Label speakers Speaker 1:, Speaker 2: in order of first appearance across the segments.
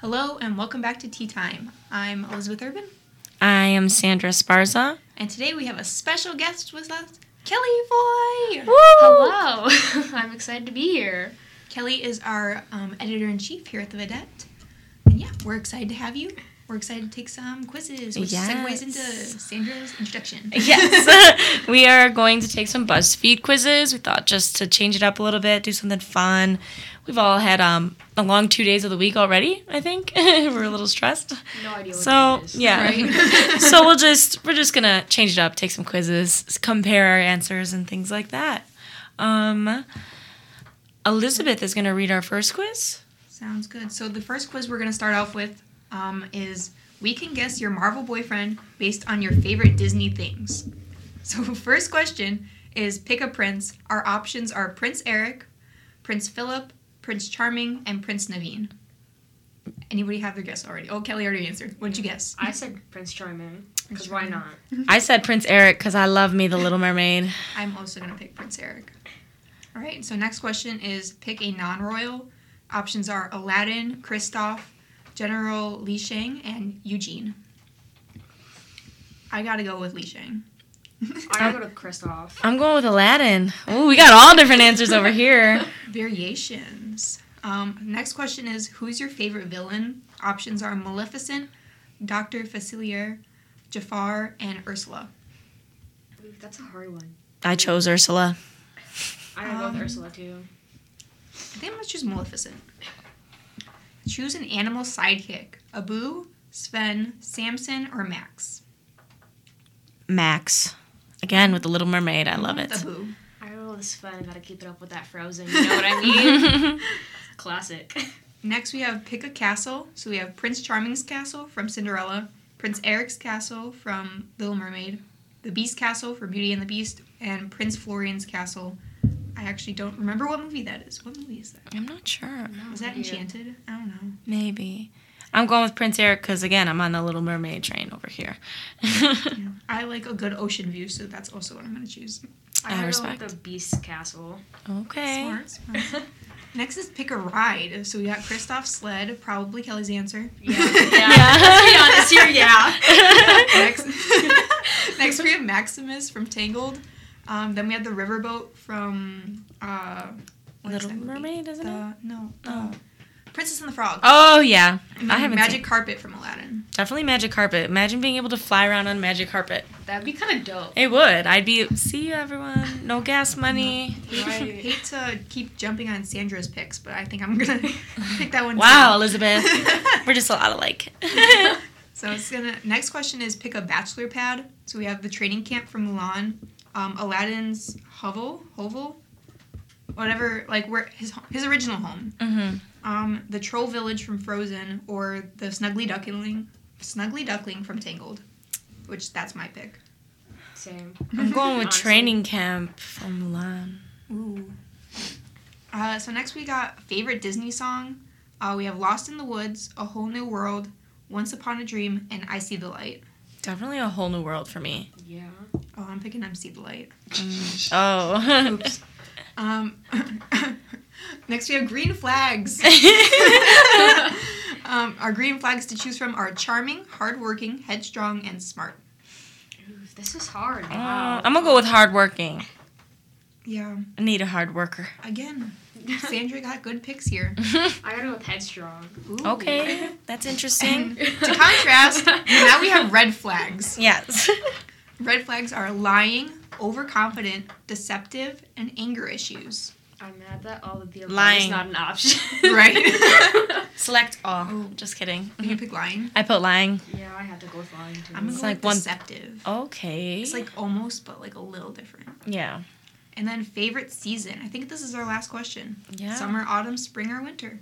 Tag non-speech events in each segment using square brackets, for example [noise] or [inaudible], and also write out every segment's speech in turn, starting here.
Speaker 1: Hello and welcome back to Tea Time. I'm Elizabeth Urban,
Speaker 2: I am Sandra Sparza.
Speaker 1: and today we have a special guest with us, Kelly Foy.
Speaker 3: Hello.
Speaker 1: [laughs]
Speaker 3: I'm excited to be here.
Speaker 1: Kelly is our um, editor in chief here at the Vedette, and yeah, we're excited to have you. We're excited to take some quizzes, which segues
Speaker 2: Yes.
Speaker 1: into Sandra's introduction. [laughs]
Speaker 2: Yes, [laughs] we are going to take some BuzzFeed quizzes. We thought just to change it up a little bit, do something fun. We've all had um, a long two days of the week already. I think [laughs] we're a little stressed.
Speaker 3: No idea what
Speaker 2: So
Speaker 3: that is.
Speaker 2: yeah,
Speaker 1: Right. [laughs]
Speaker 2: [laughs] so we'll just we're just gonna change it up, take some quizzes, s- compare our answers and things like that. Um, Elizabeth is gonna read our first quiz.
Speaker 1: Sounds good. So the first quiz we're going to start off with um, is we can guess your Marvel boyfriend based on your favorite Disney things. [laughs] So first question is pick a prince. Our options are Prince Eric, Prince Philip, Prince Charming, and Prince Naveen. Anybody have their guess already? Oh, Kelly already answered. What'd you guess?
Speaker 3: I said Prince Charming because why not?
Speaker 2: I said Prince Eric because I love me the Little Mermaid.
Speaker 1: I'm also going to pick Prince Eric. All right. So next question is pick a non-royal. Options are Aladdin, Kristoff, General Li Shang, and Eugene. I gotta go with Li Shang.
Speaker 3: I go to Kristoff.
Speaker 2: I'm going with Aladdin. Ooh, we got all different answers over here.
Speaker 1: [laughs] Variations. Um, next question is who's your favorite villain? Options are Maleficent, Doctor Facilier, Jafar, and Ursula.
Speaker 3: Ooh, That's a hard one.
Speaker 2: I chose Ursula.
Speaker 3: I gotta go
Speaker 1: Um,
Speaker 3: with Ursula too.
Speaker 1: I think I'm gonna choose Maleficent. Choose an animal sidekick: Abu, Sven, Samson, or Max.
Speaker 2: Max. Again with the Little Mermaid. I love it.
Speaker 1: Abu.
Speaker 3: I gotta go with Sven. Gotta keep it up with that Frozen. You know what I [laughs] mean? Classic. [laughs]
Speaker 1: Next, we have pick a castle. So we have Prince Charming's castle from Cinderella, Prince Eric's castle from Little Mermaid, the Beast castle for Beauty and the Beast, and Prince Florian's castle. I actually don't remember what movie that is. What movie is that?
Speaker 2: [laughs] I'm not sure.
Speaker 1: Was that Enchanted? I don't know.
Speaker 2: Maybe. I'm going with Prince Eric because again, I'm on the Little Mermaid train over here. [laughs]
Speaker 1: I like a good ocean view, so that's also what I'm gonna choose.
Speaker 2: I
Speaker 3: gotta Go
Speaker 2: respect.
Speaker 3: with the Beast Castle. [laughs]
Speaker 2: okay.
Speaker 1: Smart, [laughs] smart. Next is pick a ride. So we got Kristoff's sled, probably Kelly's answer. [laughs]
Speaker 3: Yeah. [laughs] yeah. Let's be honest here. Yeah. [laughs]
Speaker 1: Next, [laughs] next we have Maximus from Tangled. Um, then we have the riverboat from uh, what is
Speaker 2: Little
Speaker 1: that movie?
Speaker 2: Mermaid, isn't it?
Speaker 1: The- No, uh,
Speaker 2: Oh.
Speaker 1: Princess and the Frog.
Speaker 2: Oh yeah.
Speaker 1: And
Speaker 2: I
Speaker 1: then
Speaker 2: haven't
Speaker 1: Magic
Speaker 2: seen-
Speaker 1: Carpet from Aladdin.
Speaker 2: Definitely magic carpet. Imagine being able to fly around on magic carpet.
Speaker 3: That'd be kind of dope.
Speaker 2: It would. I'd be see you everyone. No gas money.
Speaker 3: Right.
Speaker 1: [laughs] Hate to keep jumping on Sandra's picks, but I think I'm
Speaker 2: [laughs]
Speaker 1: gonna pick that one.
Speaker 2: Wow,
Speaker 1: too.
Speaker 2: Elizabeth. [laughs]
Speaker 1: [laughs]
Speaker 2: We're just a lot alike. [laughs] Mm-hmm.
Speaker 1: So it's gonna. Next question is pick a bachelor pad. So we have the training camp from Mulan, um, Aladdin's hovel, hovel, whatever, like where his his original home,
Speaker 2: mm-hmm.
Speaker 1: um, the troll village from Frozen, or the Snuggly Duckling, Snuggly Duckling from Tangled, which that's my pick.
Speaker 3: Same.
Speaker 2: I'm going with
Speaker 3: Honestly.
Speaker 2: training camp from Milan.
Speaker 1: Ooh. Uh, so next we got favorite Disney song. Uh, we have Lost in the Woods, A Whole New World, Once Upon a Dream, and I See the Light.
Speaker 2: Definitely a whole new world
Speaker 1: [laughs]
Speaker 2: for me.
Speaker 3: Yeah.
Speaker 1: Oh, I'm picking I See the Light.
Speaker 2: Oh. [laughs]
Speaker 1: Oops. Um, [laughs] next, we have green
Speaker 2: [laughs]
Speaker 1: flags.
Speaker 2: Uh,
Speaker 1: um, our green flags to choose from are charming, hardworking, headstrong, and smart.
Speaker 3: Ooh, this is hard.
Speaker 2: Uh, I'm gonna go with hardworking.
Speaker 1: Yeah.
Speaker 2: I need a
Speaker 1: [laughs]
Speaker 2: hard worker.
Speaker 1: Again, Sandra got good picks here.
Speaker 3: [laughs] I gotta go with Headstrong.
Speaker 1: Ooh.
Speaker 2: okay, that's
Speaker 1: [laughs]
Speaker 2: interesting.
Speaker 1: To
Speaker 3: [laughs]
Speaker 1: contrast, now we have red flags.
Speaker 2: yes. [laughs]
Speaker 1: Red flags are lying, overconfident, deceptive, and anger issues.
Speaker 3: I'm mad that all of the
Speaker 2: Lying.
Speaker 3: lying is not an option. [laughs]
Speaker 1: Right.
Speaker 2: Select all. Just kidding.
Speaker 1: You pick lying.
Speaker 2: I put lying.
Speaker 3: yeah, I have to go with lying too.
Speaker 1: I'm gonna
Speaker 2: Mm-hmm. It's
Speaker 1: go
Speaker 2: like
Speaker 1: with
Speaker 2: one-
Speaker 1: deceptive.
Speaker 2: Okay.
Speaker 1: It's like almost, but like a little different.
Speaker 2: yeah.
Speaker 1: And then favorite season. I think this is our last question.
Speaker 2: Yeah.
Speaker 1: Summer, autumn, spring, or winter.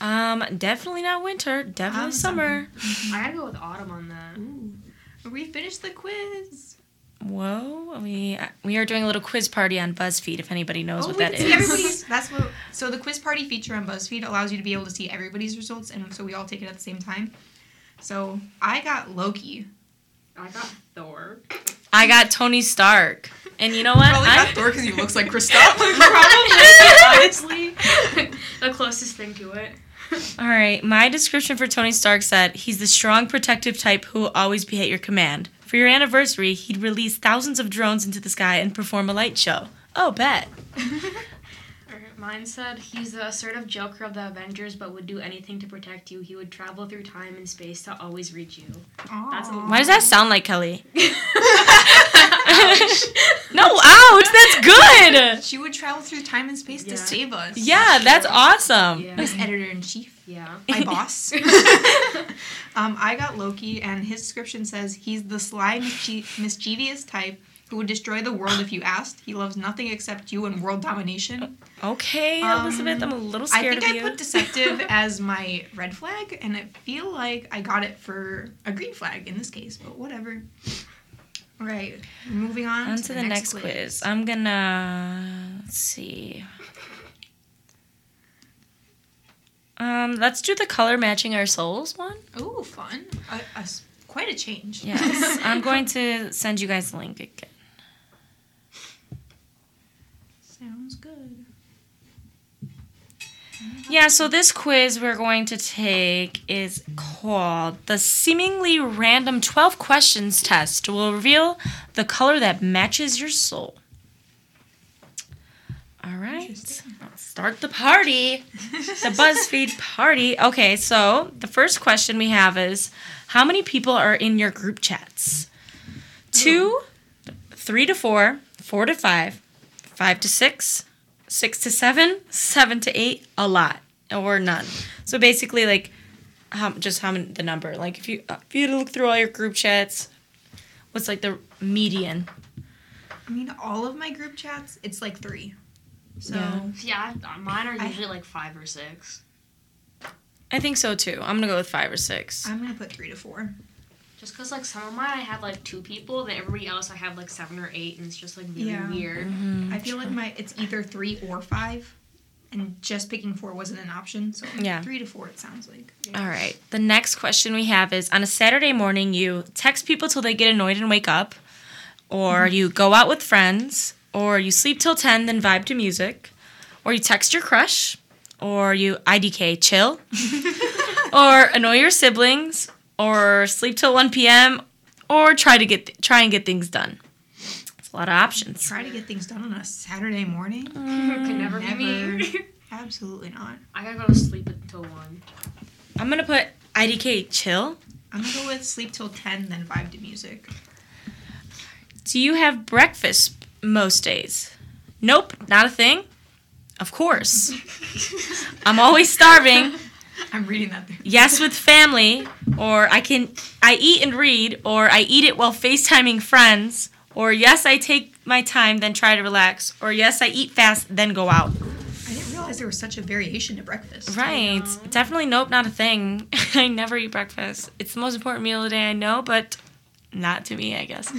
Speaker 2: Um, definitely not winter. Definitely
Speaker 1: Um,
Speaker 2: summer.
Speaker 3: I gotta go with Autumn on that.
Speaker 1: Ooh. We finished the quiz.
Speaker 2: Whoa. We we are doing a little quiz party on BuzzFeed. If anybody knows
Speaker 1: oh,
Speaker 2: what
Speaker 1: we
Speaker 2: that
Speaker 1: can see
Speaker 2: is.
Speaker 3: [laughs]
Speaker 1: everybody's. That's what. So the quiz party feature on BuzzFeed allows you to be able to see everybody's results, and so we all take it at the same time. So I got Loki.
Speaker 3: I got Thor.
Speaker 2: I got
Speaker 1: [laughs]
Speaker 2: Tony Stark. [laughs] And you know
Speaker 3: [laughs]
Speaker 2: what?
Speaker 1: Probably
Speaker 2: I'm-
Speaker 1: got Thor because he looks like Kristoff.
Speaker 3: [laughs] Probably, honestly, the closest thing to it.
Speaker 2: All right. My description for Tony Stark said he's the strong protective type who will always be at your command. For your anniversary, he'd release thousands of drones into the sky and perform a light show. Oh, bet.
Speaker 3: [laughs] Alright, Mine said he's the assertive Joker of the Avengers, but would do anything to protect you. He would travel through time and space to always reach you. [laughs] That's a
Speaker 1: Aw.
Speaker 3: lot.
Speaker 2: Why does that sound like Kelly?
Speaker 3: Ouch.
Speaker 2: [laughs] No, ouch, that's
Speaker 1: [laughs]
Speaker 2: good.
Speaker 1: She would travel through time and space
Speaker 3: Yeah.
Speaker 1: to save us.
Speaker 2: Yeah, that's awesome.
Speaker 3: Yeah.
Speaker 1: Miss Editor in Chief,
Speaker 3: [laughs] Yeah.
Speaker 1: my boss. um, I got Loki, and his description says he's the sly, mischie- mischievous type who would destroy the world if you asked. He loves nothing except you and world domination.
Speaker 2: Okay,
Speaker 1: Um,
Speaker 2: Elizabeth, I'm a little
Speaker 1: I
Speaker 2: scared
Speaker 1: think
Speaker 2: of
Speaker 1: I
Speaker 2: you.
Speaker 1: put
Speaker 2: [laughs]
Speaker 1: deceptive as my red flag, and I feel like I got it for a green flag in this case, but whatever. All right, moving on,
Speaker 2: on to the, next quiz. I'm gonna let's see. Um, let's do the color matching our souls one.
Speaker 1: Ooh, fun. A, a s- quite a change. [laughs]
Speaker 2: Yes, I'm going to send you guys the link again.
Speaker 1: Sounds good.
Speaker 2: Yeah, so this quiz we're going to take is called the seemingly random 12 questions test. Will reveal the color that matches your soul. All right,
Speaker 1: Interesting.
Speaker 2: let's start the party. the BuzzFeed party. Okay, so the first question we have is how many people are in your group chats? Two, three to four, four to five, five to six, six to seven, seven to eight, a lot, or none. So basically, like, how, just how many, the number. Like, if you uh, if you had to look through all your group chats, what's like the median?
Speaker 1: I mean, all of my group chats, it's like three. So
Speaker 2: Yeah.
Speaker 3: Yeah, I- uh, mine are
Speaker 1: I-
Speaker 3: usually like five or six.
Speaker 2: I think so too. I'm gonna go with five or six.
Speaker 1: I'm gonna put three to four.
Speaker 3: Just because like some of mine I have like two people, then everybody else I have like seven or eight, and it's just like really
Speaker 1: Yeah.
Speaker 3: weird.
Speaker 2: Mm.
Speaker 1: I feel like my it's either three or five, and just picking four wasn't an option. So
Speaker 2: Yeah.
Speaker 1: three to four it sounds like.
Speaker 2: All right. The next question we have is on a Saturday morning, you text people till they get annoyed and wake up, or you go out with friends, or you sleep till 10, then vibe to music, or you text your crush, or you IDK chill, or annoy your siblings, or sleep till 1 p.m., or try to get try and get things done. It's a lot of options.
Speaker 1: Try to get things done on a Saturday morning?
Speaker 3: Could Mm-hmm. never, be me.
Speaker 1: Absolutely not.
Speaker 3: I gotta go to sleep until one.
Speaker 2: I'm going to put IDK chill.
Speaker 1: I'm gonna go with sleep till ten, then vibe to music.
Speaker 2: Do you have breakfast most days? Nope, not a thing. Of course. I'm always starving.
Speaker 1: I'm reading that. There.
Speaker 2: Yes, with family, or I can I eat and read, or I eat it while FaceTiming friends, or yes, I take my time then try to relax, or yes, I eat fast then go out.
Speaker 1: I didn't realize there was such a variation to breakfast.
Speaker 2: Right. Definitely nope, not a thing. [laughs] I never eat breakfast. It's the most important meal of the day, I know, but not to me, I guess.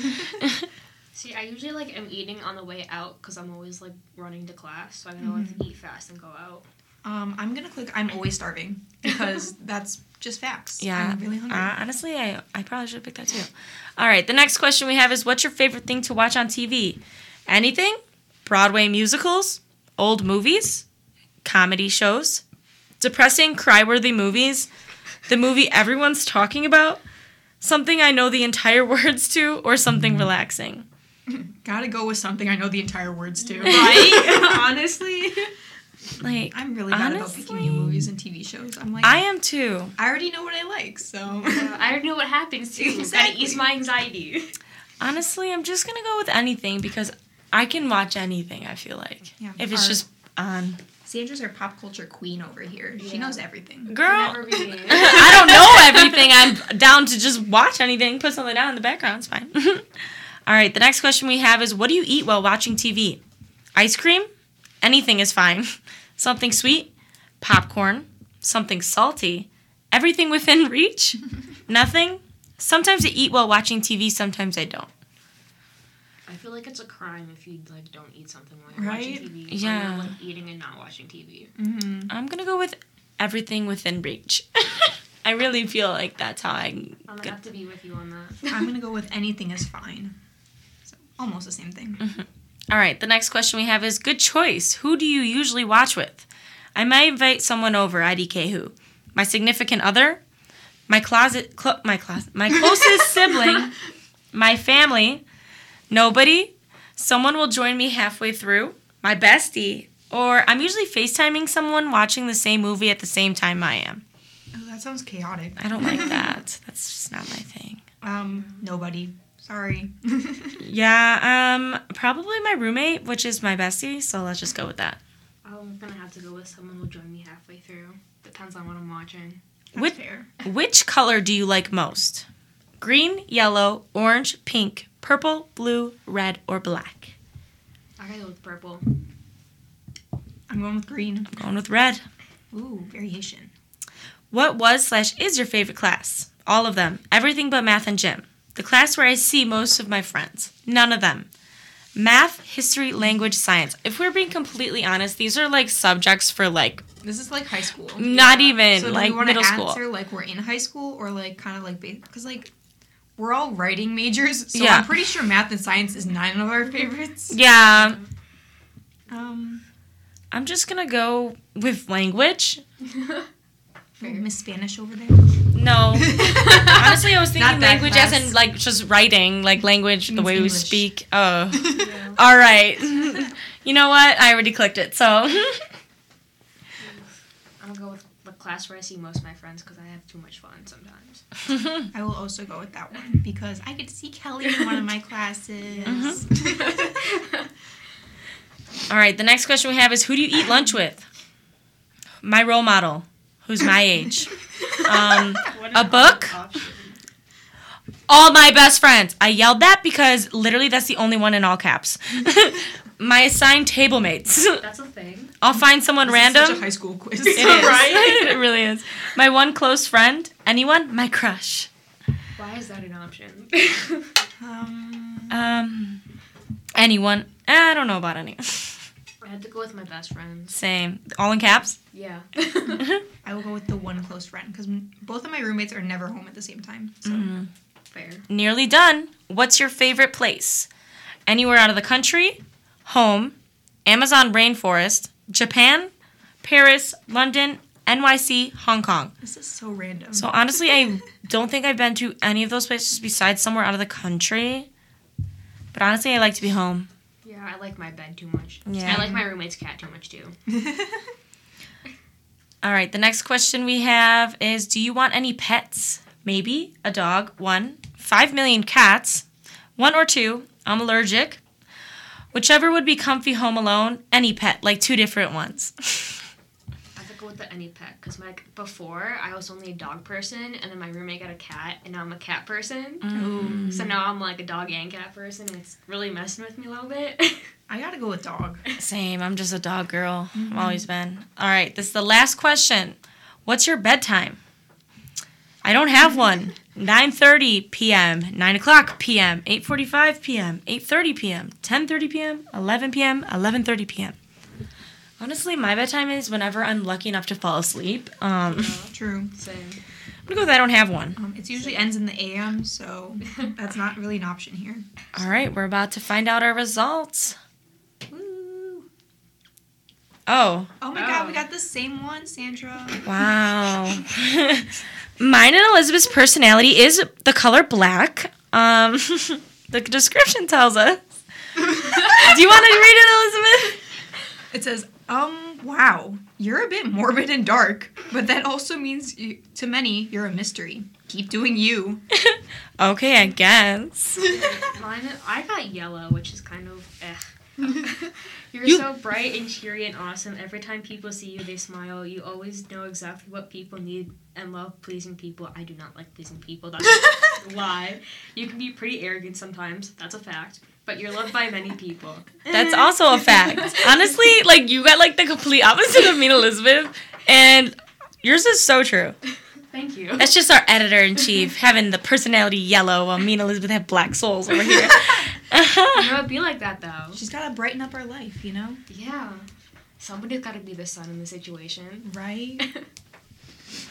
Speaker 2: [laughs]
Speaker 3: See, I usually like am eating on the way out because I'm always like running to class, so I gotta like eat fast and go out. [laughs]
Speaker 1: Um, I'm gonna click. I'm always starving
Speaker 2: [laughs]
Speaker 1: because that's just facts.
Speaker 2: Yeah.
Speaker 1: I'm really hungry.
Speaker 2: Uh, honestly, I, I probably should have picked that too. All right. The next question we have is what's your favorite thing to watch on TV? Anything? Broadway musicals? Old movies? Comedy shows? Depressing, cry worthy movies? The movie everyone's talking about? Something I know the entire [laughs] words to? Or something
Speaker 1: Mm-hmm.
Speaker 2: relaxing?
Speaker 1: Gotta go with something I know the entire words to.
Speaker 2: [laughs] Right?
Speaker 1: Honestly.
Speaker 2: Like,
Speaker 1: [laughs] I'm really bad about picking new
Speaker 2: Honestly.
Speaker 1: movies and TV shows. I'm like,
Speaker 2: I
Speaker 1: I,
Speaker 2: am too.
Speaker 1: already know what I like, so.
Speaker 3: Uh, I don't know what happens to you. Gotta
Speaker 1: Exactly.
Speaker 3: ease my anxiety.
Speaker 2: Honestly, I'm just going to go with anything because I can watch anything, I feel like.
Speaker 1: Yeah,
Speaker 2: if it's
Speaker 1: our-
Speaker 2: just on.
Speaker 1: [laughs] Sandra's our pop culture queen over here. She
Speaker 3: Yeah.
Speaker 1: knows everything.
Speaker 2: Girl,
Speaker 3: Never be me.
Speaker 2: I don't know everything. I'm down to just watch anything, put something down in the background. It's fine. [laughs] All right, the next question we have is what do you eat while watching TV? Ice cream? Anything is fine. [laughs] Something sweet? Popcorn? Something salty? Everything within [laughs] reach? Nothing? Sometimes I eat while watching TV, sometimes I don't.
Speaker 3: I feel like it's a crime if you like don't eat something while you're
Speaker 1: Right?
Speaker 3: watching TV. or
Speaker 2: Yeah.
Speaker 3: you're, like eating and not watching TV.
Speaker 1: Mm-hmm.
Speaker 2: I'm going to go with everything within reach. [laughs] I really feel like that's how I
Speaker 3: I'm gonna
Speaker 2: Good.
Speaker 3: have to be with you on that.
Speaker 1: I'm gonna go with anything is fine. So, almost the
Speaker 2: Mm.
Speaker 1: same thing.
Speaker 2: All right, the next question we have is good choice. Who do you usually watch with? I might invite someone over, IDK who? My significant other, my closet, clo- my closet, my closest sibling, my family, nobody. Someone will join me halfway through, my bestie, or I'm usually FaceTiming someone watching the same movie at the same time I am.
Speaker 1: Oh, that sounds chaotic.
Speaker 2: I
Speaker 1: [laughs]
Speaker 2: don't like that. That's just not my thing.
Speaker 1: Um, nobody. Sorry. [laughs]
Speaker 2: Yeah, um, probably my roommate, which is my bestie, so let's just go with that.
Speaker 3: I'm gonna have to go with someone who'll join me halfway through. Depends on what I'm watching.
Speaker 1: That's
Speaker 2: With-
Speaker 1: fair.
Speaker 2: Which color do you like most? Green, yellow, orange, pink, purple, blue, red, or black?
Speaker 3: I gotta go with purple. [laughs]
Speaker 1: I'm going with green.
Speaker 2: I'm going with red.
Speaker 1: Ooh, variation.
Speaker 2: What was slash is your favorite class? All of them. Everything but math and gym. The class where I see most of my friends. None of them. Math, history, language, science. If we're being completely honest, these are like subjects for like
Speaker 1: This is like high school.
Speaker 2: not even
Speaker 1: so do
Speaker 2: like
Speaker 1: we want to
Speaker 2: middle
Speaker 1: answer
Speaker 2: school.
Speaker 1: like we're in high school or like kind of like because like we're all writing majors, so
Speaker 2: Yeah.
Speaker 1: I'm pretty sure math and science is not one of our favorites.
Speaker 2: Yeah,
Speaker 1: Um,
Speaker 2: I'm just gonna go with language.
Speaker 1: oh, Miss Spanish over there. [laughs]
Speaker 2: No, [laughs] honestly, I was thinking
Speaker 1: Not that
Speaker 2: language as in
Speaker 1: class.
Speaker 2: like just writing, like language, the
Speaker 1: means
Speaker 2: way we
Speaker 1: English.
Speaker 2: speak. Oh,
Speaker 3: Yeah.
Speaker 2: all right. [laughs] you know what? I already clicked it. So, [laughs]
Speaker 3: I'm gonna go with the class where I see most of my friends because I have too much fun [laughs] sometimes.
Speaker 1: [laughs] I will also go with that one because I get to see Kelly in one of my
Speaker 2: [laughs]
Speaker 1: classes.
Speaker 2: Uh-huh.
Speaker 1: [laughs]
Speaker 2: Um, all right. The next question we have is who do you eat lunch with? My role model,
Speaker 1: [laughs]
Speaker 2: who's my age. Um, a book. All my best friends. I yelled that because literally that's the only one in all caps. [laughs] my assigned table mates. [laughs]
Speaker 3: That's a thing.
Speaker 2: I'll find someone
Speaker 1: This is
Speaker 2: random.
Speaker 1: Such a high school quiz. [laughs]
Speaker 2: It [laughs] is. it really is. My one close friend. Anyone? My crush.
Speaker 3: Why is that an option? [laughs]
Speaker 1: Um,
Speaker 2: Um, anyone? Eh, I don't know about any. [laughs]
Speaker 3: I had to go with my best friends.
Speaker 2: Same. All in caps.
Speaker 3: Yeah.
Speaker 1: I will go with the one close friend because both of my roommates are never home at the same time. So
Speaker 3: [laughs] Fair.
Speaker 2: Nearly done. What's your favorite place? Anywhere out of the country, home, Amazon rainforest, Japan, Paris, London, NYC, Hong Kong.
Speaker 1: this is so random. [laughs]
Speaker 2: So honestly, I don't think I've been to any of those places besides somewhere out of the country. But honestly, I like to be home.
Speaker 3: Yeah, I like my bed too much.
Speaker 2: Yeah.
Speaker 3: I like my roommate's cat too much too.
Speaker 2: All right, the next question we have is Do you want any pets? Maybe a dog, one, five million cats, one or two, I'm allergic. Whichever would be comfy home alone, any pet, like two different ones.
Speaker 3: I have to go with the any pet because my before I was only a dog person and then my roommate got a cat and now I'm a cat person. So now I'm like a dog and cat person and it's really messing with me a little bit. [laughs]
Speaker 1: I gotta go with dog.
Speaker 2: Same, I'm just a dog girl. I've always been. All right, this is the last question. What's your bedtime? I don't have one. 9.30 p.m., 9 o'clock p.m., 8.45 p.m., 8.30 p.m., 10.30 p.m., 11 p.m., 11.30 p.m. Honestly, my bedtime is whenever I'm lucky enough to fall asleep. Um, I'm
Speaker 1: True.
Speaker 3: so
Speaker 2: gonna go with I don't have one.
Speaker 1: Um, it usually ends in the AM, so that's not really an option here.
Speaker 2: All right, we're about to find out our results.
Speaker 1: Woo.
Speaker 2: Oh,
Speaker 1: Oh my god, we
Speaker 3: Oh.
Speaker 1: got the same one, Sandra.
Speaker 2: Wow. [laughs] Mine and Elizabeth's personality is the color black. Um, [laughs] the description tells us. Do you want to read it, Elizabeth?
Speaker 1: It says, um, wow, you're a bit morbid and dark, but that also means you, to many you're a mystery. Keep doing
Speaker 2: [laughs]
Speaker 1: you. [laughs]
Speaker 2: Okay, I guess.
Speaker 3: mine I got yellow, which is kind of eh. You're
Speaker 2: You-
Speaker 3: so bright and cheery and awesome. Every time people see you, they smile. You always know exactly what people need and love pleasing people. I do not like pleasing
Speaker 2: [laughs]
Speaker 3: people. That's why. You can be pretty arrogant sometimes. That's a fact. But you're loved by many people. Eh.
Speaker 2: That's also a fact. Honestly, like you got like the complete opposite of me, and Elizabeth, and yours is so true.
Speaker 3: [laughs] Thank you.
Speaker 2: That's just our editor in chief having the personality yellow, while me and Elizabeth have black souls over here. [laughs]
Speaker 3: You know, it'd be like that though.
Speaker 1: She's gotta brighten up our life, you know?
Speaker 3: Yeah. Somebody's got to be the sun in the situation.
Speaker 2: [laughs]
Speaker 1: Right?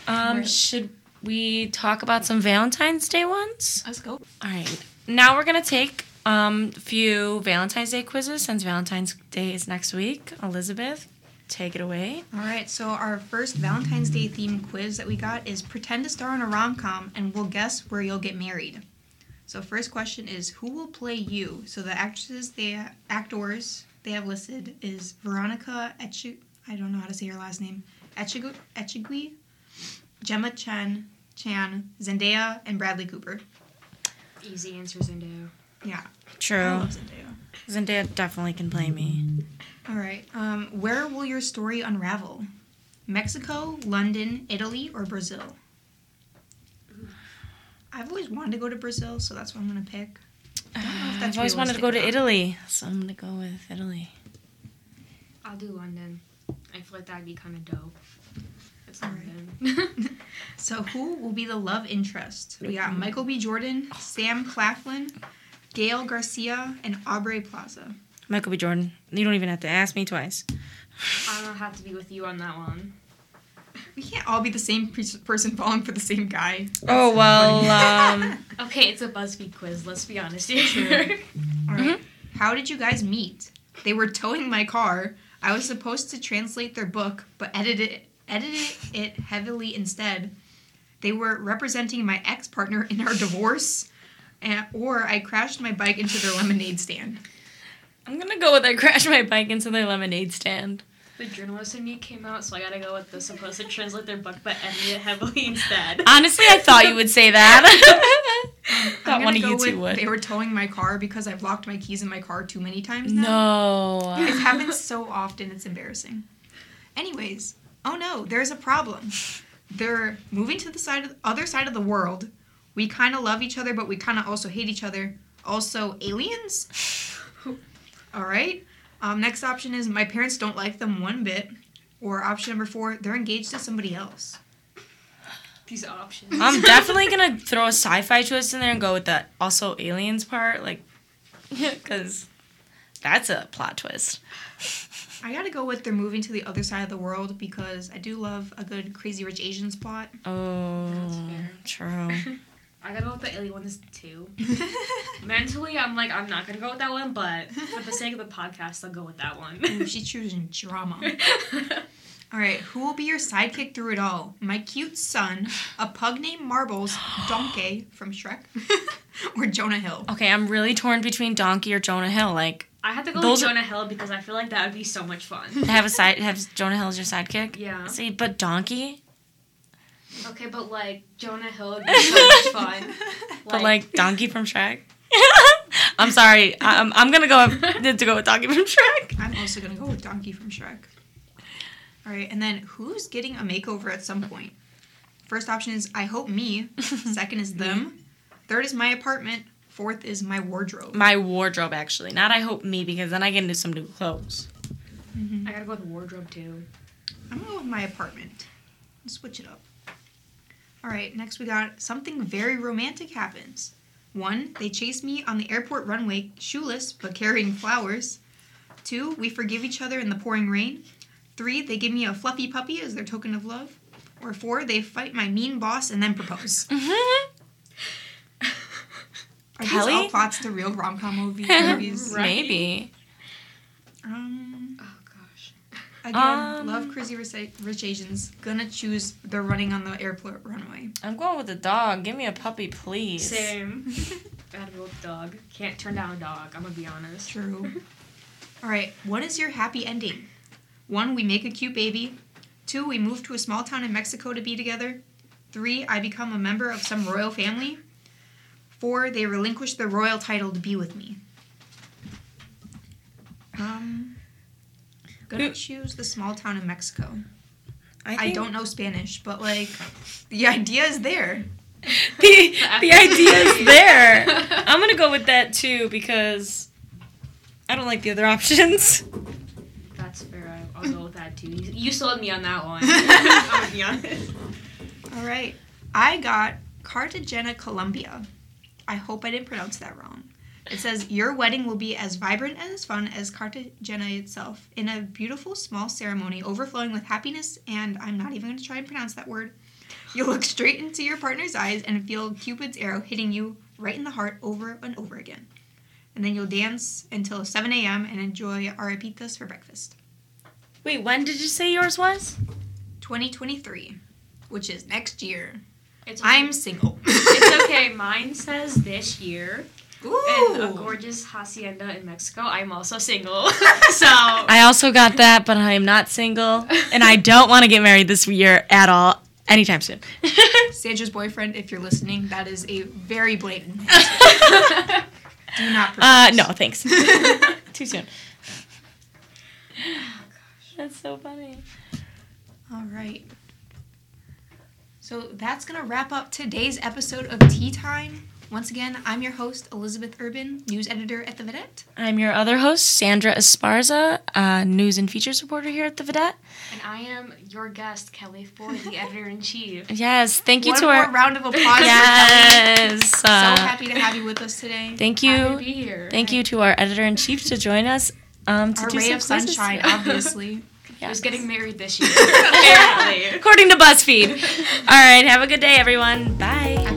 Speaker 2: um, should we talk about some Valentine's Day ones?
Speaker 1: Let's go.
Speaker 2: All right. Now we're gonna take um a few Valentine's Day quizzes since Valentine's Day is next week. Elizabeth, take it away.
Speaker 1: All right, so our first Valentine's Day themed quiz that we got is pretend to star in a rom com and we'll guess where you'll get married. So first question is who will play you? So the actresses they actors they have listed is Veronica Echi I don't know how to say her last name Echigu Echigui, Gemma Chen Chan Zendaya and Bradley Cooper.
Speaker 3: Easy answers Zendaya.
Speaker 1: Yeah, I
Speaker 2: True.
Speaker 1: love Zendaya.
Speaker 2: Zendaya definitely can play me.
Speaker 1: All right, um, where will your story unravel? Mexico, London, Italy, or Brazil? I've always wanted to go to Brazil, so that's what I'm gonna pick. I don't know if that's
Speaker 2: I've always wanted to go to
Speaker 1: realistic,
Speaker 2: Italy, so I'm gonna go with Italy.
Speaker 3: I'll do London. I feel like that'd be kind of dope. It's
Speaker 1: All right.
Speaker 3: London. [laughs]
Speaker 1: though. So who will be the love interest? We got Michael B. Jordan, Sam Claflin, Gail Garcia, and Aubrey Plaza.
Speaker 2: Michael B. Jordan. You don't even have to ask me twice.
Speaker 3: I don't have to be with you on that one.
Speaker 1: We can't all be the same pe- person falling for the same guy.
Speaker 2: Oh well. Um,
Speaker 3: Okay, it's a BuzzFeed quiz. Let's be honest here.
Speaker 1: All
Speaker 2: Mm-hmm.
Speaker 1: right. How did you guys meet? They were towing my car. I was supposed to translate their book, but edited edited it heavily instead. They were representing my ex partner in our divorce, and, or I crashed my bike into their lemonade stand.
Speaker 2: [laughs] I'm gonna go with I crashed my bike into the lemonade stand.
Speaker 3: the journalist in me came out, so I gotta go with the supposed to translate their book, but edit it heavily [laughs] instead.
Speaker 2: Honestly, I thought you would say that. [laughs] thought
Speaker 1: I'm
Speaker 2: one of
Speaker 1: gonna
Speaker 2: you
Speaker 1: go
Speaker 2: two
Speaker 1: with
Speaker 2: would.
Speaker 1: They were towing my car because I've locked my keys in my car too many times now.
Speaker 2: No.
Speaker 1: [laughs] It happens so often, it's embarrassing. Anyways, oh no, there's a problem. They're moving to the side of other side of the world. We kind of love each other, but we kind of also hate each other. Also, aliens. [laughs] All right. Um, next option is my parents don't like them one bit. Or option number four, they're engaged to somebody else.
Speaker 3: These options.
Speaker 2: I'm definitely gonna throw a sci-fi twist in there and go with the also aliens part, like, [laughs] because that's a plot twist.
Speaker 1: I gotta go with they're moving to the other side of the world because I do love a good Crazy Rich Asians plot. [laughs]
Speaker 2: Oh,
Speaker 3: That's
Speaker 2: true. [laughs]
Speaker 3: I gotta go with the alien one is two. Mentally, I'm like, I'm not gonna go with that one, but for the sake of the podcast, I'll go with that [laughs]
Speaker 1: Ooh,
Speaker 3: one.
Speaker 1: she's choosing drama.
Speaker 3: Oh,
Speaker 1: All right, who will be your sidekick through it all? My cute son, a pug named Marbles,
Speaker 3: [gasps]
Speaker 1: Donkey from Shrek, [laughs] or Jonah Hill?
Speaker 2: Okay, I'm really torn between Donkey or Jonah Hill. Like,
Speaker 3: [laughs] I have to go
Speaker 2: Those
Speaker 3: with
Speaker 2: are-
Speaker 3: Jonah Hill because I feel like that would be so much fun.
Speaker 2: have a side, have Jonah Hill as your sidekick.
Speaker 3: Yeah. [laughs]
Speaker 2: See, but Donkey,
Speaker 3: Okay, but like Jonah Hill would be [laughs] so much fun.
Speaker 2: but like Donkey from [laughs] Shrek. I'm sorry. I- I'm I'm gonna go with, [laughs] to go with Donkey from Shrek.
Speaker 1: [laughs] I'm also gonna go with Donkey from Shrek. All right, and then who's getting a makeover at some point? First option is I hope
Speaker 3: [laughs]
Speaker 1: me. Second is them. Third is my apartment. Fourth is my wardrobe.
Speaker 2: My wardrobe, actually. Not I hope me because then I get into some new clothes.
Speaker 3: I gotta go with wardrobe [laughs] too.
Speaker 1: I'm gonna go with my apartment. Let's switch it up. All right, next we got something very romantic happens. One, they chase me on the airport runway, shoeless but carrying flowers. Two, we forgive each other in the pouring rain. Three, they give me a fluffy puppy as their token of love. Or four, they fight my mean boss and then propose.
Speaker 2: Mm-hmm.
Speaker 3: Oh,
Speaker 1: Are these
Speaker 2: Kelly?
Speaker 1: all plots to real rom com
Speaker 2: [laughs]
Speaker 1: movies?
Speaker 3: Right.
Speaker 2: Maybe.
Speaker 1: um,
Speaker 3: Oh gosh.
Speaker 1: again,
Speaker 2: Um,
Speaker 1: love Crazy Rich Rich Asians. Gonna choose they're running on the airport runway.
Speaker 2: I'm going with a dog. Give me a puppy, please.
Speaker 3: Same. [laughs] I gotta go with dog. Can't turn down a dog. I'm gonna be honest.
Speaker 1: True. [laughs] All right, what is your happy ending? One, we make a cute baby. Two, we move to a small town in Mexico to be together. Three, I become a member of some royal family. Four, they relinquish their royal title to be with me. Um, gonna
Speaker 2: Who-
Speaker 1: choose the small town in Mexico.
Speaker 2: I,
Speaker 1: I
Speaker 2: think [laughs]
Speaker 1: don't know Spanish, but like, the idea is there.
Speaker 2: The, [laughs] the idea [laughs] is
Speaker 3: [laughs]
Speaker 2: there.
Speaker 3: I
Speaker 2: I'm gonna go with that too because I don't like the other options.
Speaker 3: That's fair. I- I'll go with that too. You, you sold me on
Speaker 2: [laughs]
Speaker 3: that one. [laughs] I'm gonna be honest.
Speaker 1: All right. I got Cartagena, Colombia. I hope I didn't pronounce that wrong. It says, Your wedding will be as vibrant and as fun as Cartagena itself in a beautiful small ceremony overflowing with happiness. And I'm not even going to try and pronounce that word. You'll look straight into your partner's eyes and feel Cupid's arrow hitting you right in the heart over and over again. And then you'll dance until 7 a.m. and enjoy arepitas for breakfast.
Speaker 2: Wait, when did you say yours was?
Speaker 1: 2023, which is next year.
Speaker 3: It's okay.
Speaker 1: I'm single. [laughs]
Speaker 3: it's okay. Mine says this year in a
Speaker 1: Ooh.
Speaker 3: gorgeous hacienda in Mexico. I'm also
Speaker 2: [laughs]
Speaker 3: single, [laughs] so
Speaker 2: I also got that, but I am not single, and I don't want to get married this year at all, anytime [laughs] soon.
Speaker 1: Sandra's boyfriend, if you're listening, that is a very
Speaker 2: [laughs]
Speaker 1: blatant. hint. Do not.
Speaker 2: uh,
Speaker 1: propose.
Speaker 2: no, [laughs] thanks. Too soon. Oh, That's so funny.
Speaker 1: All right. So that's going to wrap up today's episode of Tea Time. Once again, I'm your host, Elizabeth Urban, news editor at The Vedette.
Speaker 2: I'm your other host, Sandra Esparza, uh, news and features reporter here at The Vedette.
Speaker 3: and I am your guest, Kelly Ford, the editor in chief.
Speaker 2: Yes, thank you
Speaker 1: One
Speaker 2: to
Speaker 1: more
Speaker 2: our.
Speaker 1: round of
Speaker 2: [laughs]
Speaker 1: applause. For Kelly.
Speaker 2: Yes. uh,
Speaker 1: so happy to have you with us today.
Speaker 2: Thank
Speaker 3: Happy to
Speaker 2: you.
Speaker 3: be here.
Speaker 2: Thank you to our editor in chief to join us. Um, to
Speaker 1: Our
Speaker 2: do
Speaker 1: ray
Speaker 2: some
Speaker 1: of
Speaker 2: quizzes. [laughs]
Speaker 1: sunshine, Oh, obviously.
Speaker 3: Who's
Speaker 2: Yes. [laughs]
Speaker 3: getting married this year? Apparently.
Speaker 1: [laughs]
Speaker 2: According to BuzzFeed. All right, have a good day, everyone. Bye.